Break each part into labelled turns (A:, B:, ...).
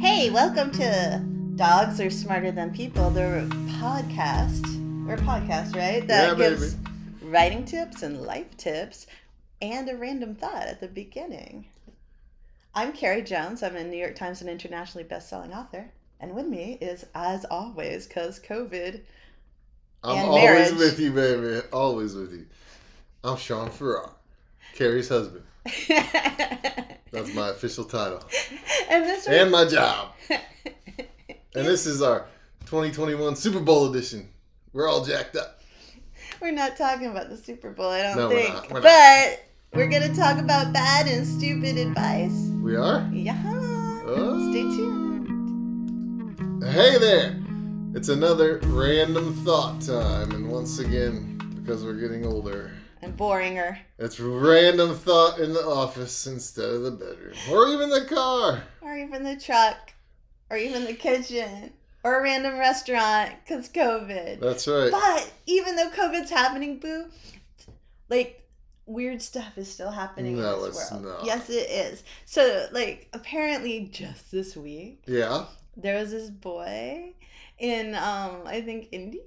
A: Hey, welcome to Dogs Are Smarter Than People, the podcast. We're a podcast, right? That
B: Yeah,
A: gives writing tips and life tips and a random thought at the beginning. I'm Carrie Jones. I'm a New York Times and internationally best-selling author. And with me is, as always, because COVID,
B: I'm
A: And
B: always
A: marriage.
B: with you, baby. Always with you. I'm Sean Farrar, Carrie's husband. That's my official title
A: and this week,
B: and my job. And this is our 2021 Super Bowl edition. We're all jacked up.
A: we're not talking about the Super Bowl, I don't
B: No, we're
A: think.
B: not. We're not.
A: but we're gonna talk about bad and stupid advice.
B: We are?
A: Yeah.
B: Oh.
A: Stay tuned.
B: Hey there! It's another random thought time, and once again, because we're getting older,
A: And boringer.
B: it's random thought in the office instead of the bedroom, or even the car.
A: Or even the truck. Or even the kitchen. Or a random restaurant because COVID.
B: That's right.
A: But even though COVID's happening, boo, like weird stuff is still happening
B: No,
A: in this
B: it's
A: world.
B: not.
A: Yes, it is. So, like, apparently just this week,
B: Yeah.
A: there was this boy in, um, I think, India.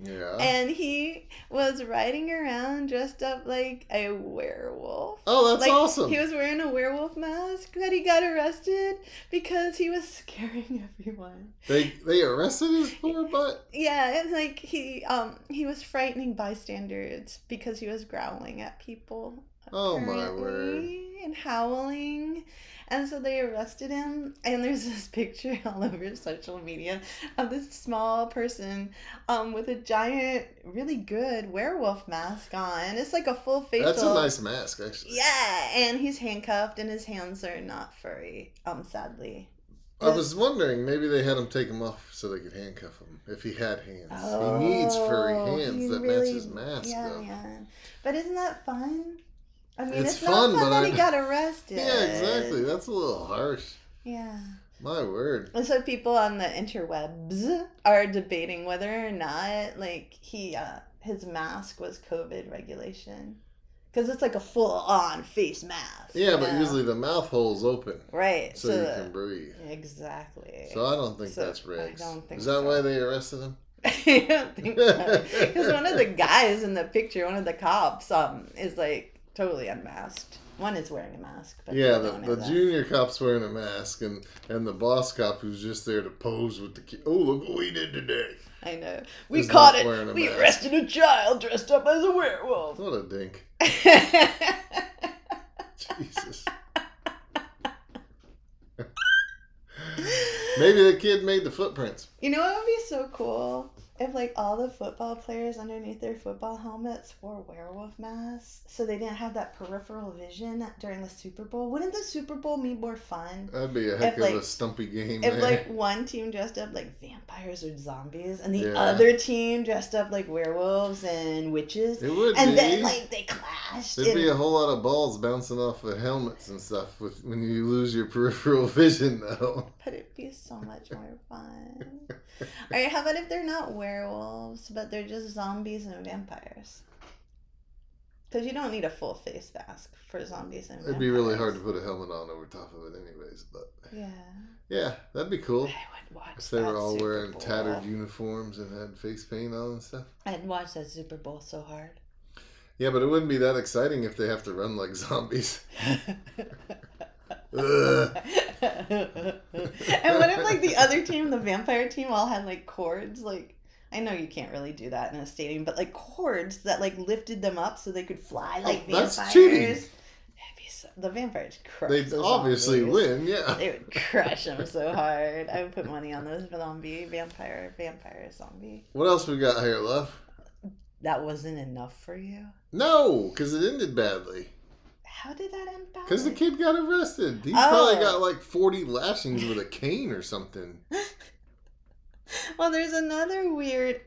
B: Yeah.
A: And he was riding around dressed up like a werewolf.
B: oh, that's
A: like,
B: awesome.
A: He was wearing a werewolf mask, but he got arrested because he was scaring everyone.
B: They they arrested his poor butt.
A: Yeah, and like he um he was frightening bystanders because he was growling at people.
B: Oh my
A: apparently,
B: word!
A: And howling, and so they arrested him. And there's this picture all over social media of this small person, um, with a giant, really good werewolf mask on. It's like a full facial.
B: That's a nice mask, actually.
A: Yeah, and he's handcuffed, and his hands are not furry. Um, sadly.
B: I was wondering maybe they had him take him off so they could handcuff him if he had hands. he needs furry
A: Oh,
B: hands
A: he
B: that match
A: really-
B: his mask,
A: yeah,
B: though.
A: man. But isn't that fun? I mean, it's,
B: It's
A: not
B: fun,
A: fun
B: but
A: that
B: I-
A: he got arrested.
B: Yeah. exactly. That's a little harsh.
A: Yeah.
B: My word.
A: And so people on the interwebs are debating whether or not, like, he uh, his mask was COVID regulation, because it's like a full-on face mask.
B: Yeah,
A: you
B: but
A: know?
B: usually the mouth hole's open
A: right.
B: so,
A: So,
B: you can breathe.
A: exactly.
B: So I don't think
A: So,
B: that's
A: I
B: rigged.
A: don't think
B: Is that
A: so.
B: why they arrested him?
A: I don't think so. Because one of the guys in the picture, one of the cops, um, is like totally unmasked. One is wearing a mask. But
B: Yeah,
A: we
B: the,
A: don't know
B: the
A: that.
B: junior cop's wearing a mask, and, and the boss cop who's just there to pose with the kid. Oh, look what we did today.
A: I know. We
B: is
A: caught
B: not
A: it.
B: wearing a
A: We
B: mask.
A: arrested a child dressed up as a werewolf.
B: What a dink. Jesus. Maybe the kid made the footprints.
A: you know what would be so cool? If like all the football players underneath their football helmets wore werewolf masks, so they didn't have that peripheral vision during the Super Bowl, wouldn't the Super Bowl be more fun?
B: That'd be a heck
A: If,
B: of
A: like-
B: a stumpy game.
A: if
B: man.
A: like one team dressed up like vampires or zombies and the
B: Yeah.
A: other team dressed up like werewolves and witches
B: it would
A: and
B: be.
A: then like they clashed
B: There'd be
A: and
B: a whole lot of balls bouncing off of helmets and stuff with when you lose your peripheral vision, though.
A: but it'd be so much more fun all right how about if they're not werewolves but they're just zombies and vampires because you don't need a full face mask for zombies and
B: It'd be really hard to
A: vampires.
B: put a helmet on over top of it, anyways. But
A: yeah
B: yeah, that'd be
A: i
B: cool.
A: would watch
B: If they
A: that
B: were all
A: Super
B: wearing
A: Bowl.
B: tattered uniforms and had face paint on and stuff.
A: i'd watch that super bowl so hard
B: Yeah, but it wouldn't be that exciting if they have to run like zombies. Ugh.
A: and what if like the other team, the vampire team, all had like cords? Like I know you can't really do that in a stadium, but like cords that like lifted them up so they could fly like
B: Oh, that's
A: vampires.
B: cheating.
A: That'd be so- the vampires crush.
B: They
A: the
B: obviously
A: zombies.
B: win, yeah.
A: They would crush them so hard. I would put money on those zombie vampire vampire zombie.
B: What else we got here, love?
A: That wasn't enough for you.
B: No, because it ended badly.
A: How did that end?
B: Because the
A: badly?
B: kid got arrested. He
A: Oh.
B: probably got like 40 lashings with a cane or something.
A: Well, there's another weird,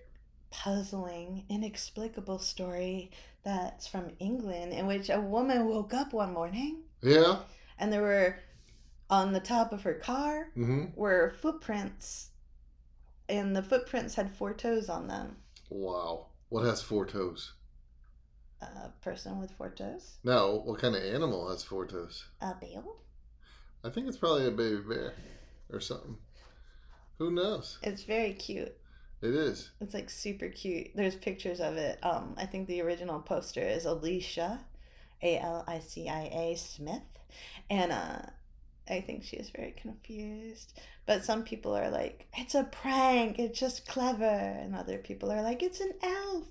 A: puzzling, inexplicable story that's from England in which a woman woke up one morning
B: Yeah.
A: and there were on the top of her car
B: hmm
A: were footprints and the footprints had four toes on them.
B: Wow. What has four toes?
A: A person with four toes?
B: No, what kind of animal has four toes?
A: A bale?
B: I think it's probably a baby bear. or something. Who knows?
A: It's very cute.
B: It is.
A: It's like super cute. There's pictures of it. Um, I think the original poster is Alicia, A L I C I A Smith, and uh, I think she is very confused. But some people are like, "It's a prank. It's just clever," and other people are like, "It's an elf,"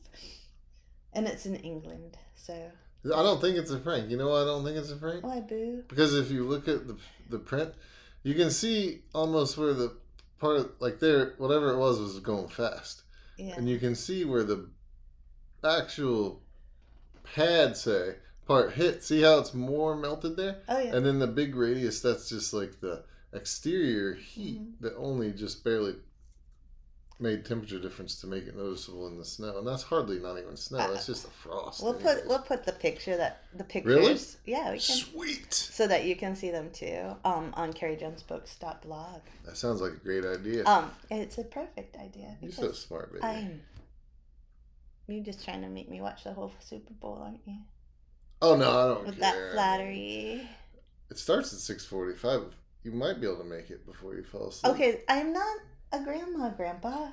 A: and it's in England. So
B: I don't think it's a prank. You know why I don't think it's a prank?
A: why boo?
B: Because if you look at the the print, you can see almost where the part of, like there whatever it was was going fast,
A: Yeah,
B: and you can see where the actual pad say part hit. See how it's more melted there,
A: oh yeah,
B: and then the big radius that's just like the exterior heat
A: Mhm.
B: that only just barely made temperature difference to make it noticeable in the snow, and that's hardly not even snow.
A: Uh,
B: That's just the frost.
A: we'll
B: anyways.
A: put we'll put the picture that the pictures.
B: Really?
A: Yeah, we can.
B: Sweet.
A: so that you can see them too um, on Carrie Jones Books blog.
B: That sounds like a great idea.
A: Um, it's a perfect idea
B: You're so
A: because
B: smart, baby.
A: I'm. You're just trying to make me watch the whole Super Bowl, aren't you?
B: Oh no, I don't
A: With
B: care.
A: that flattery.
B: It starts at six forty-five. You might be able to make it before you fall asleep.
A: Okay, I'm not a grandma, grandpa.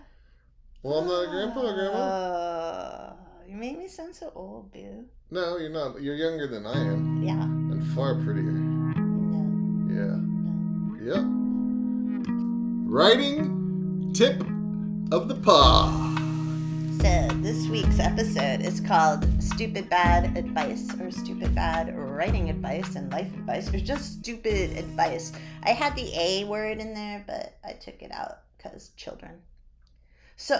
B: Well, I'm not a grandpa,
A: Uh,
B: grandma.
A: Oh, you make me sound so old, boo.
B: No, you're not. You're younger than I am,
A: Yeah.
B: and far prettier.
A: No.
B: Yeah.
A: No.
B: Yep. Writing tip of the paw.
A: So this week's episode is called "Stupid Bad Advice" or "Stupid Bad Writing Advice" and "Life Advice" or just "Stupid Advice." I had the A word in there, but I took it out because children. So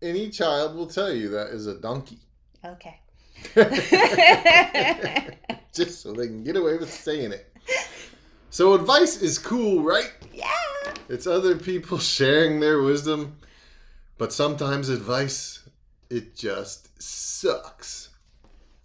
B: Any child will tell you that is a donkey.
A: okay.
B: Just so they can get away with saying it. So advice is cool, right?
A: yeah.
B: It's other people sharing their wisdom, but sometimes advice, it just sucks.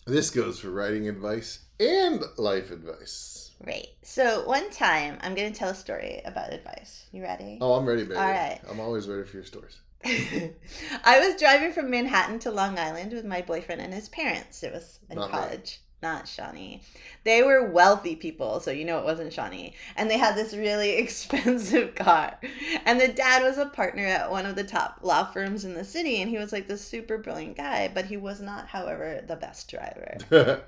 B: This goes for writing advice and life advice.
A: Right. So one time, I'm gonna tell a story about advice. You ready?
B: Oh, I'm ready, baby.
A: All right.
B: I'm always ready for your stories.
A: I was driving from Manhattan to Long Island with my boyfriend and his parents. It was in
B: Not me.
A: college, not Shawnee. They were wealthy people, so you know it wasn't Shawnee. And they had this really expensive car. And the dad was a partner at one of the top law firms in the city, and he was like this super brilliant guy, but he was not, however, the best driver.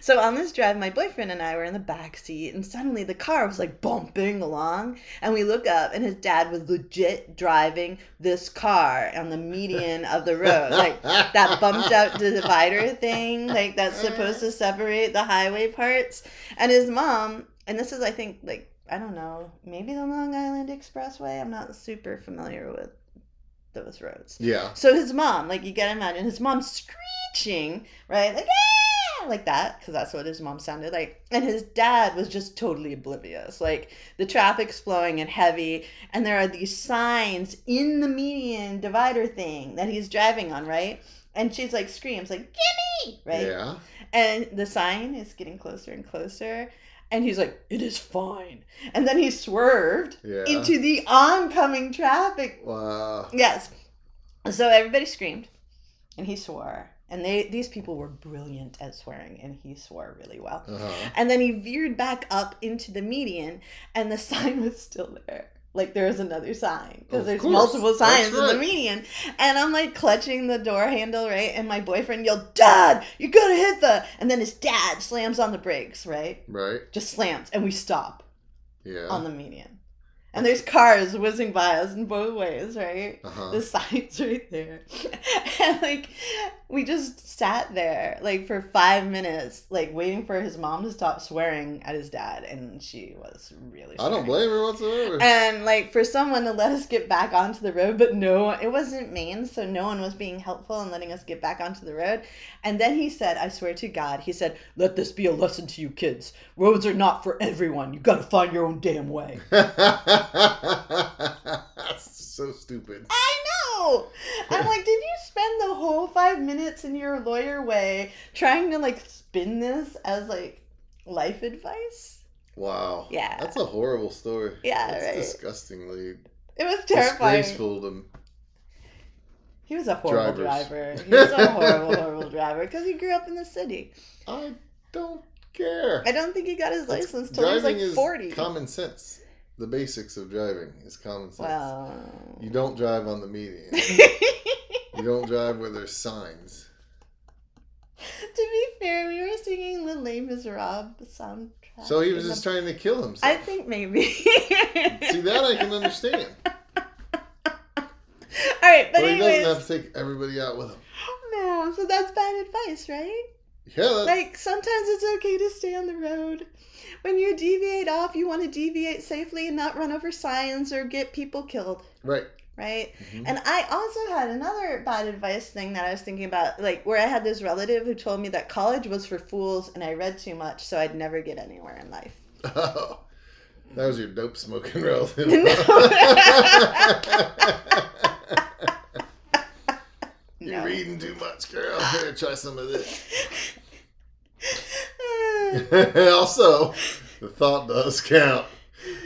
A: So on this drive, my boyfriend and I were in the back seat, and suddenly the car was like bumping along, and we look up, and his dad was legit driving this car on the median of the road, like that bumped out divider thing, like that's supposed to separate the highway parts. And his mom, and this is, I think, like I don't know, maybe the Long Island Expressway. I'm not super familiar with those roads.
B: Yeah.
A: So his mom, like you gotta imagine, his mom screeching, right? Like, "Ah!" like that, because that's what his mom sounded like. And his dad was just totally oblivious. Like the traffic's flowing and heavy, and there are these signs in the median divider thing that he's driving on, right? And she's like screams like, "Gimme!" Right?
B: Yeah.
A: And the sign is getting closer and closer. And he's like, it is fine. And then he swerved
B: Yeah.
A: into the oncoming traffic
B: wow.
A: Yes. So everybody screamed, and he swore, and they these people were brilliant at swearing, and he swore really well.
B: Uh-huh.
A: And then he veered back up into the median, and the sign was still there. Like there was another sign because
B: Of
A: there's
B: course.
A: multiple signs
B: That's
A: in the
B: right.
A: median, and I'm like clutching the door handle, right? And my boyfriend yelled, "Dad, you're gonna hit the!" And then his dad slams on the brakes, right?
B: Right.
A: Just slams, and we stop
B: Yeah.
A: on the median, and there's cars whizzing by us in both ways, right?
B: uh-huh.
A: the signs right there. and like we just sat there like for five minutes, like waiting for his mom to stop swearing at his dad, and she was really.
B: I don't
A: swearing.
B: blame her whatsoever.
A: And like for someone to let us get back onto the road, but no, one- it wasn't Maine, so no one was being helpful in letting us get back onto the road. And then he said, "I swear to God," he said, "Let this be a lesson to you kids. Roads are not for everyone. You got to find your own damn way."
B: That's so stupid.
A: I know. I'm like, did you spend the whole five minutes in your lawyer way trying to like spin this as like life advice?
B: Wow.
A: Yeah.
B: That's a horrible story.
A: Yeah,
B: That's
A: right.
B: disgustingly
A: It was terrifying.
B: disgraceful to
A: He was a horrible driver.
B: Drivers.
A: He was a horrible, horrible driver because he grew up in the city.
B: I don't care.
A: I don't think he got his license till he was
B: Driving
A: like
B: is
A: 40.
B: common sense. the basics of driving is common sense.
A: Well.
B: You don't drive on the median. you don't drive where there's signs.
A: to be fair, we were singing the Les Miserables soundtrack.
B: So he was
A: in the-
B: just trying to kill himself.
A: I think maybe.
B: See that I can understand.
A: All right, but,
B: But he
A: anyways,
B: doesn't have to take everybody out with him.
A: no. So that's bad advice, right?
B: Yeah, that,
A: Like sometimes it's okay to stay on the road. When you deviate off, you want to deviate safely and not run over signs or get people killed,
B: right.
A: right?
B: Mhm.
A: And I also had another bad advice thing that I was thinking about, like where I had this relative who told me that college was for fools and I read too much, so I'd never get anywhere in life.
B: Oh, that was your dope smoking relative.
A: No.
B: You're
A: No.
B: reading too much, girl. Here, try some of this.
A: Uh,
B: also, the thought does count,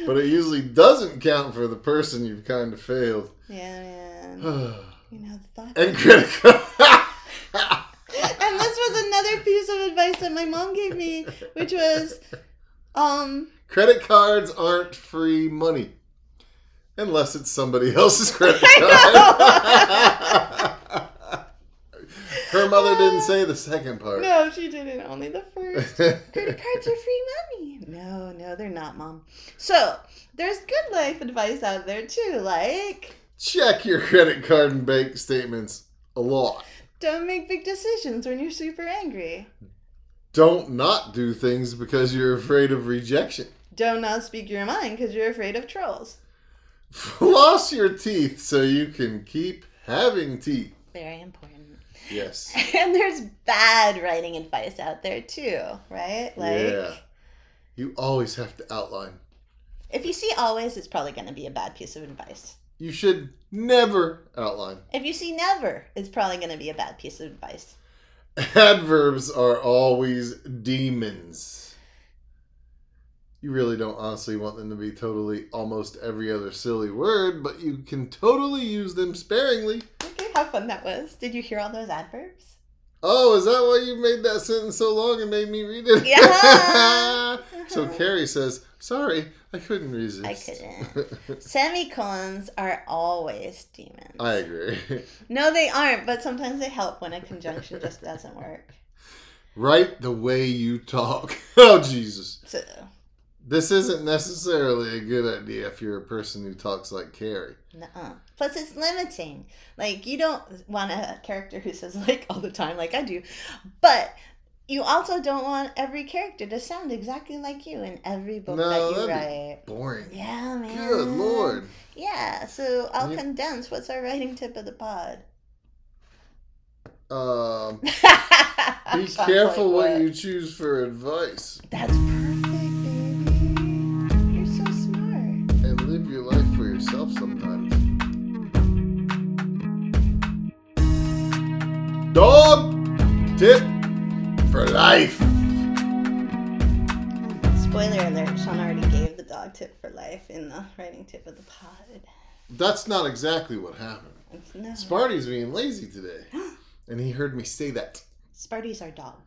B: but it usually doesn't count for the person you've kind of failed.
A: yeah, man.
B: and
A: You know the thought.
B: critical.
A: and this was another piece of advice that my mom gave me, which was, um,
B: credit cards aren't free money. Unless it's somebody else's credit
A: I
B: card. Her mother didn't say the second part.
A: no, she didn't. Only the first. Credit cards are free money. No, no, they're not, mom. So there's good life advice out there too, like
B: Check your credit card and bank statements a lot.
A: don't make big decisions when you're super angry.
B: Don't not do things because you're afraid of rejection.
A: Don't not speak your mind because you're afraid of trolls.
B: Floss your teeth so you can keep having teeth.
A: Very important.
B: Yes.
A: And there's bad writing advice out there too, right? Like
B: yeah. You always have to outline.
A: if you see always, it's probably going to be a bad piece of advice.
B: You should never outline.
A: If you see never, it's probably going to be a bad piece of advice.
B: Adverbs are always demons. You really don't honestly want them to be totally almost every other silly word, but you can totally use them sparingly.
A: Look at how fun that was. Did you hear all those adverbs?
B: Oh, is that why you made that sentence so long and made me read it?
A: Yeah.
B: so
A: Uh-huh.
B: Carrie says, Sorry, I couldn't resist.
A: I couldn't. Semicolons are always demons.
B: I agree.
A: No, they aren't, but sometimes they help when a conjunction just doesn't work.
B: Write the way you talk. Oh, Jesus.
A: So,
B: This isn't necessarily a good idea if you're a person who talks like Carrie.
A: nuh-uh. Plus, it's limiting. Like, you don't want a character who says like all the time, like I do, but you also don't want every character to sound exactly like you in every book
B: No,
A: that you
B: that'd
A: write.
B: Boring.
A: Yeah, man.
B: Good lord.
A: Yeah, so I'll
B: You-
A: condense what's our writing tip of the pod.
B: Um,
A: Be
B: be careful what you choose for advice
A: That's perfect, baby. You're so smart.
B: and live your life for yourself sometimes. Dog tip for life.
A: Spoiler alert, Sean already gave the dog tip for life in the writing tip of the pod.
B: That's not exactly what happened.
A: It's No.
B: Sparty's being lazy today, and he heard me say that.
A: Sparty's our dog.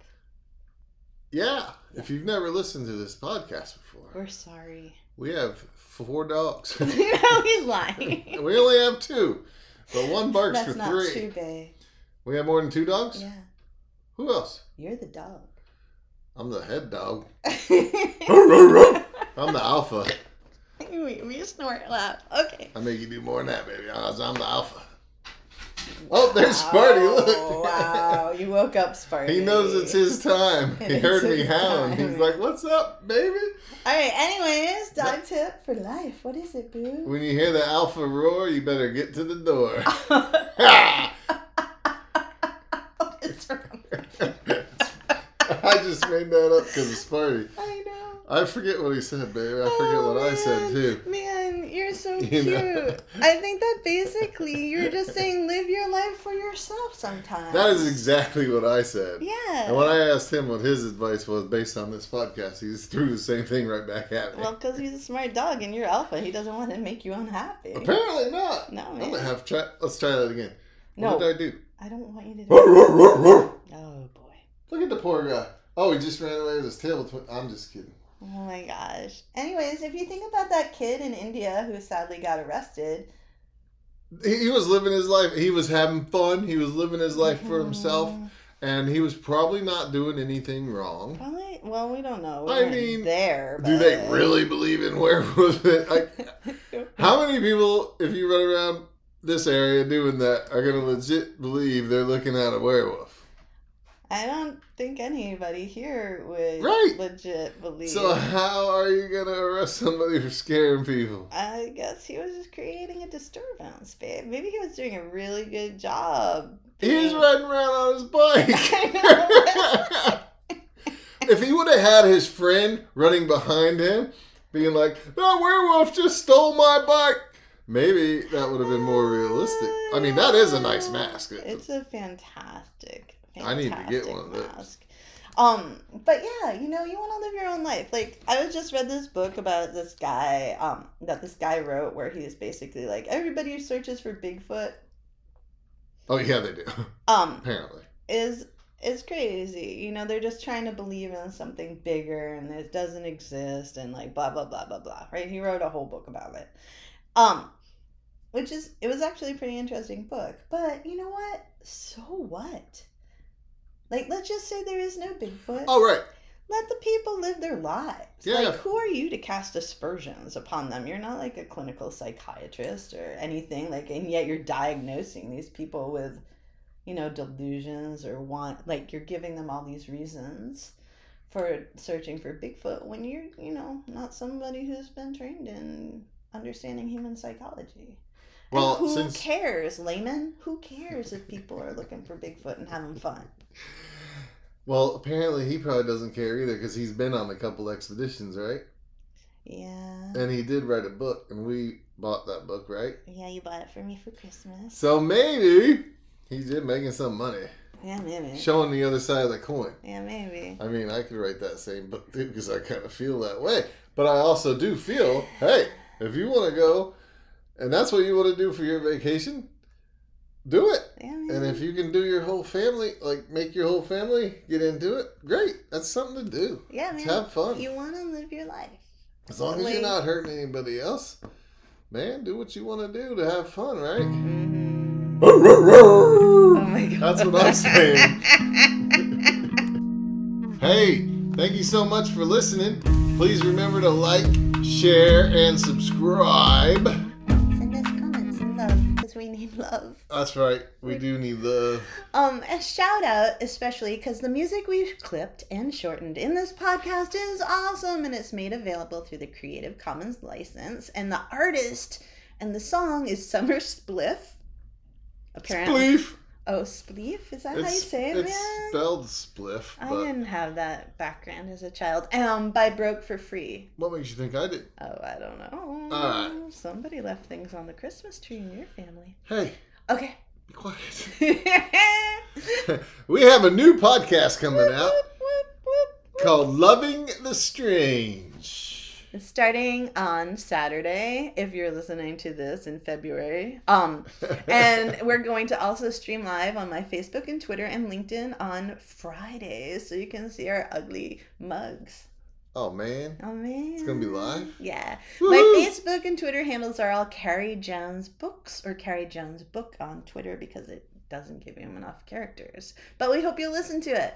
B: Yeah, if you've never listened to this podcast before,
A: We're sorry.
B: we have four dogs.
A: no, he's lying.
B: we only have two, but one barks
A: That's
B: for
A: not
B: three.
A: true, babe.
B: We have more than two dogs?
A: Yeah,
B: Who else?
A: you're the dog.
B: I'm the head dog.
A: we,
B: I'm the alpha.
A: we snort loud. Okay.
B: I make you do more than that, baby. Oz. I'm the alpha. Oh, there's Sparty.
A: Wow,
B: Look.
A: wow, you woke up, Sparty.
B: He knows it's his time.
A: It
B: He
A: is
B: heard me
A: his
B: hound.
A: time.
B: He's like, What's up, baby?
A: All right. Anyways, dog tip for life. What is it, boo?
B: When you hear the alpha roar, you better get to the door.
A: It's wrong.
B: I just made that up because of Sparty.
A: I know.
B: I forget what he said, baby. I forget
A: Oh,
B: what I said,
A: man.
B: too.
A: Man, you're so
B: You
A: cute.
B: know?
A: I think that basically you're just saying live your life for yourself sometimes.
B: That is exactly what I said.
A: Yeah.
B: And when I asked him what his advice was based on this podcast, he just threw the same thing right back at me.
A: well, because he's a smart dog and you're alpha, he doesn't want to make you unhappy.
B: Apparently not.
A: No,
B: I'm gonna
A: man.
B: have to try. Let's try that again.
A: No,
B: What did
A: I don't want you to
B: I
A: do.
B: do?
A: Oh boy.
B: Look at the poor guy. Oh, he just ran away with his tail between. I'm just kidding.
A: Oh my gosh. Anyways, if you think about that kid in India who sadly got arrested,
B: He, he was living his life. He was having fun. He was living his life for himself,
A: Mm,
B: and he was probably not doing anything wrong.
A: Probably. Well, we don't know.
B: I
A: We I
B: mean,
A: mean, there.
B: Do they
A: but-
B: really believe in werewolves? I, how many people, if you run around this area doing that, are going to legit believe they're looking at a werewolf?
A: I don't think anybody here would
B: Right.
A: legit believe.
B: So how are you going to arrest somebody for scaring people?
A: I guess he was just creating a disturbance, babe. Maybe he was doing a really good job.
B: He was riding around on his bike.
A: I
B: if he would have had his friend running behind him, being like, "That werewolf just stole my bike," maybe that would have been more realistic. I mean, that is a nice mask.
A: It's a fantastic.
B: I need to get
A: fantastic
B: one of those.
A: Mask. Um, but yeah, you know, you want to live your own life. Like I was just read this book about this guy, um, that this guy wrote, where he is basically like everybody who searches for Bigfoot,
B: oh yeah, they do.
A: um,
B: Apparently,
A: is is crazy. You know, they're just trying to believe in something bigger and it doesn't exist and like blah blah blah blah blah. Right? He wrote a whole book about it. Um which is it was actually a pretty interesting book. But you know what? So what? Like let's just say there is no Bigfoot.
B: all right.
A: Let the people live their lives.
B: Yeah.
A: Like who are you to cast aspersions upon them? You're not like a clinical psychiatrist or anything like and yet you're diagnosing these people with you know delusions or want like you're giving them all these reasons for searching for Bigfoot when you're, you know, not somebody who's been trained in understanding human psychology. And
B: Well,
A: who
B: since
A: cares, layman? Who cares if people are looking for Bigfoot and having fun?
B: well, apparently he probably doesn't care either because he's been on a couple expeditions, right?
A: Yeah.
B: And he did write a book, and we bought that book, right?
A: Yeah, you bought it for me for Christmas.
B: So maybe he's just making some money,
A: Yeah, maybe.
B: showing the other side of the coin.
A: yeah, maybe.
B: I mean, I could write that same book too because I kind of feel that way. But I also do feel, hey, if you want to go and that's what you want to do for your vacation, do it.
A: Yeah, maybe.
B: And if you can do your whole family, like make your whole family get into it, great. That's something to do.
A: yeah,
B: Let's
A: man,
B: have fun.
A: you want to live your life.
B: As long as you're
A: like-
B: not hurting anybody else, man, do what you want to do to have fun, right?
A: Mm-hmm. Oh
B: That's
A: my god.
B: what I'm saying. Hey, thank you so much for listening. Please remember to like, share, and subscribe.
A: Send us comments and love because we need love.
B: That's right, we do need love.
A: Um, a shout out, especially because the music we've clipped and shortened in this podcast is awesome and it's made available through the Creative Commons license. And the artist and the song is Summer Spliff. Apparently.
B: Spleef.
A: Oh, Spleef? Is that how you
B: It's,
A: say it,
B: it's
A: man?
B: spelled spliff,
A: I
B: but
A: didn't have that background as a child. Um, by Broke for Free.
B: what makes you think I did?
A: Oh, I don't know.
B: Alright.
A: Somebody left things on the Christmas tree in your family.
B: Hey,
A: Okay.
B: be quiet.
A: Whoop,
B: we have a new podcast coming out
A: whoop, whoop, whoop.
B: called Loving the Strange.
A: It's starting on Saturday if you're listening to this in February. Um and we're going to also stream live on my Facebook and Twitter and LinkedIn on Fridays so you can see our ugly mugs.
B: oh man.
A: Oh man. It's
B: gonna be live?
A: Yeah.
B: Woohoo!
A: My Facebook and Twitter handles are all Carrie Jones Books or Carrie Jones Book on Twitter because it doesn't give him enough characters. But we hope you listen to it.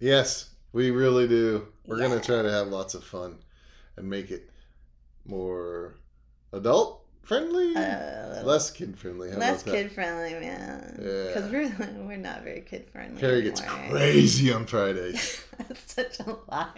B: Yes, we really do. We're
A: Yeah.
B: gonna try to have lots of fun and make it more adult friendly,
A: Uh,
B: less kid friendly. How
A: less
B: about that?
A: kid friendly, man. Because we're we're not very kid friendly.
B: Carrie gets
A: anymore.
B: crazy on Fridays.
A: That's such a lie.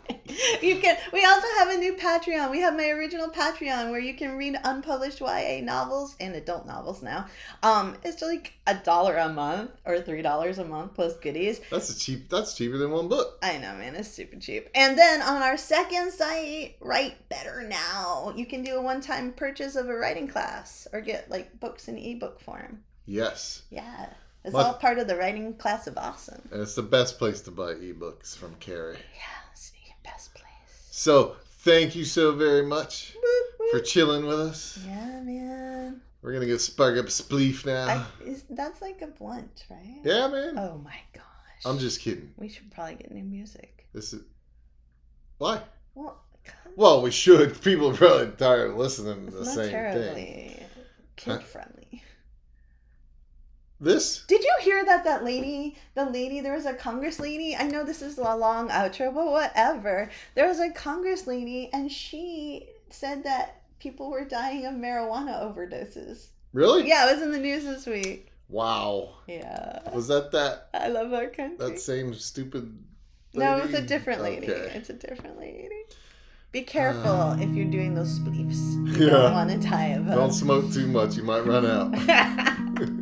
A: You can. We also have a new Patreon. We have my original Patreon where you can read unpublished YA novels and adult novels now. Um, it's like a dollar a month or three dollars a month plus goodies.
B: That's a cheap. That's cheaper than one book.
A: I know, man, it's super cheap. And then on our second site, Write Better Now, you can do a one time purchase of a writing class or get like books in ebook form.
B: Yes,
A: Yeah. It's
B: What?
A: all part of the writing class of awesome.
B: and it's the best place to buy ebooks from Carrie.
A: Yeah, it's the best place.
B: So thank you so very much
A: Boop,
B: for
A: boop.
B: chilling with us.
A: Yeah, man.
B: We're gonna go spark up spleef
A: I,
B: now.
A: is, that's like a blunt, right?
B: Uh. Yeah, man.
A: Oh my gosh.
B: I'm just kidding.
A: We should probably get new music.
B: This is why.
A: Well,
B: Well, we should. People are probably tired of listening
A: It's
B: to the
A: not
B: same thing.
A: terribly
B: Huh?
A: kid friendly.
B: This?
A: Did you hear that that lady, the lady, there was a congress lady? I know this is a long outro, but whatever. There was a congress lady and she said that people were dying of marijuana overdoses.
B: Really?
A: Yeah, it was in the news this week.
B: Wow.
A: Yeah.
B: Was that that
A: I love our country.
B: that same stupid?
A: no, it's a
B: lady?
A: different lady.
B: Okay. Um,
A: It's a different lady. Be careful if you're doing those spleefs. You
B: Yeah.
A: don't want to die of
B: Don't smoke too much. You might run out.
A: them.